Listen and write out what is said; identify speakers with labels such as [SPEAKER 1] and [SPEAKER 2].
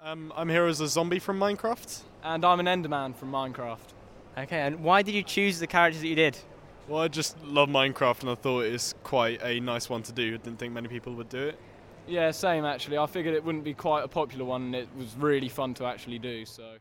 [SPEAKER 1] Um, I'm here as a zombie from Minecraft.
[SPEAKER 2] And I'm an Enderman from Minecraft.
[SPEAKER 3] Okay, and why did you choose the characters that you did?
[SPEAKER 1] Well, I just love Minecraft and I thought it's quite a nice one to do. I didn't think many people would do it.
[SPEAKER 2] Yeah, same actually. I figured it wouldn't be quite a popular one, and it was really fun to actually do. So.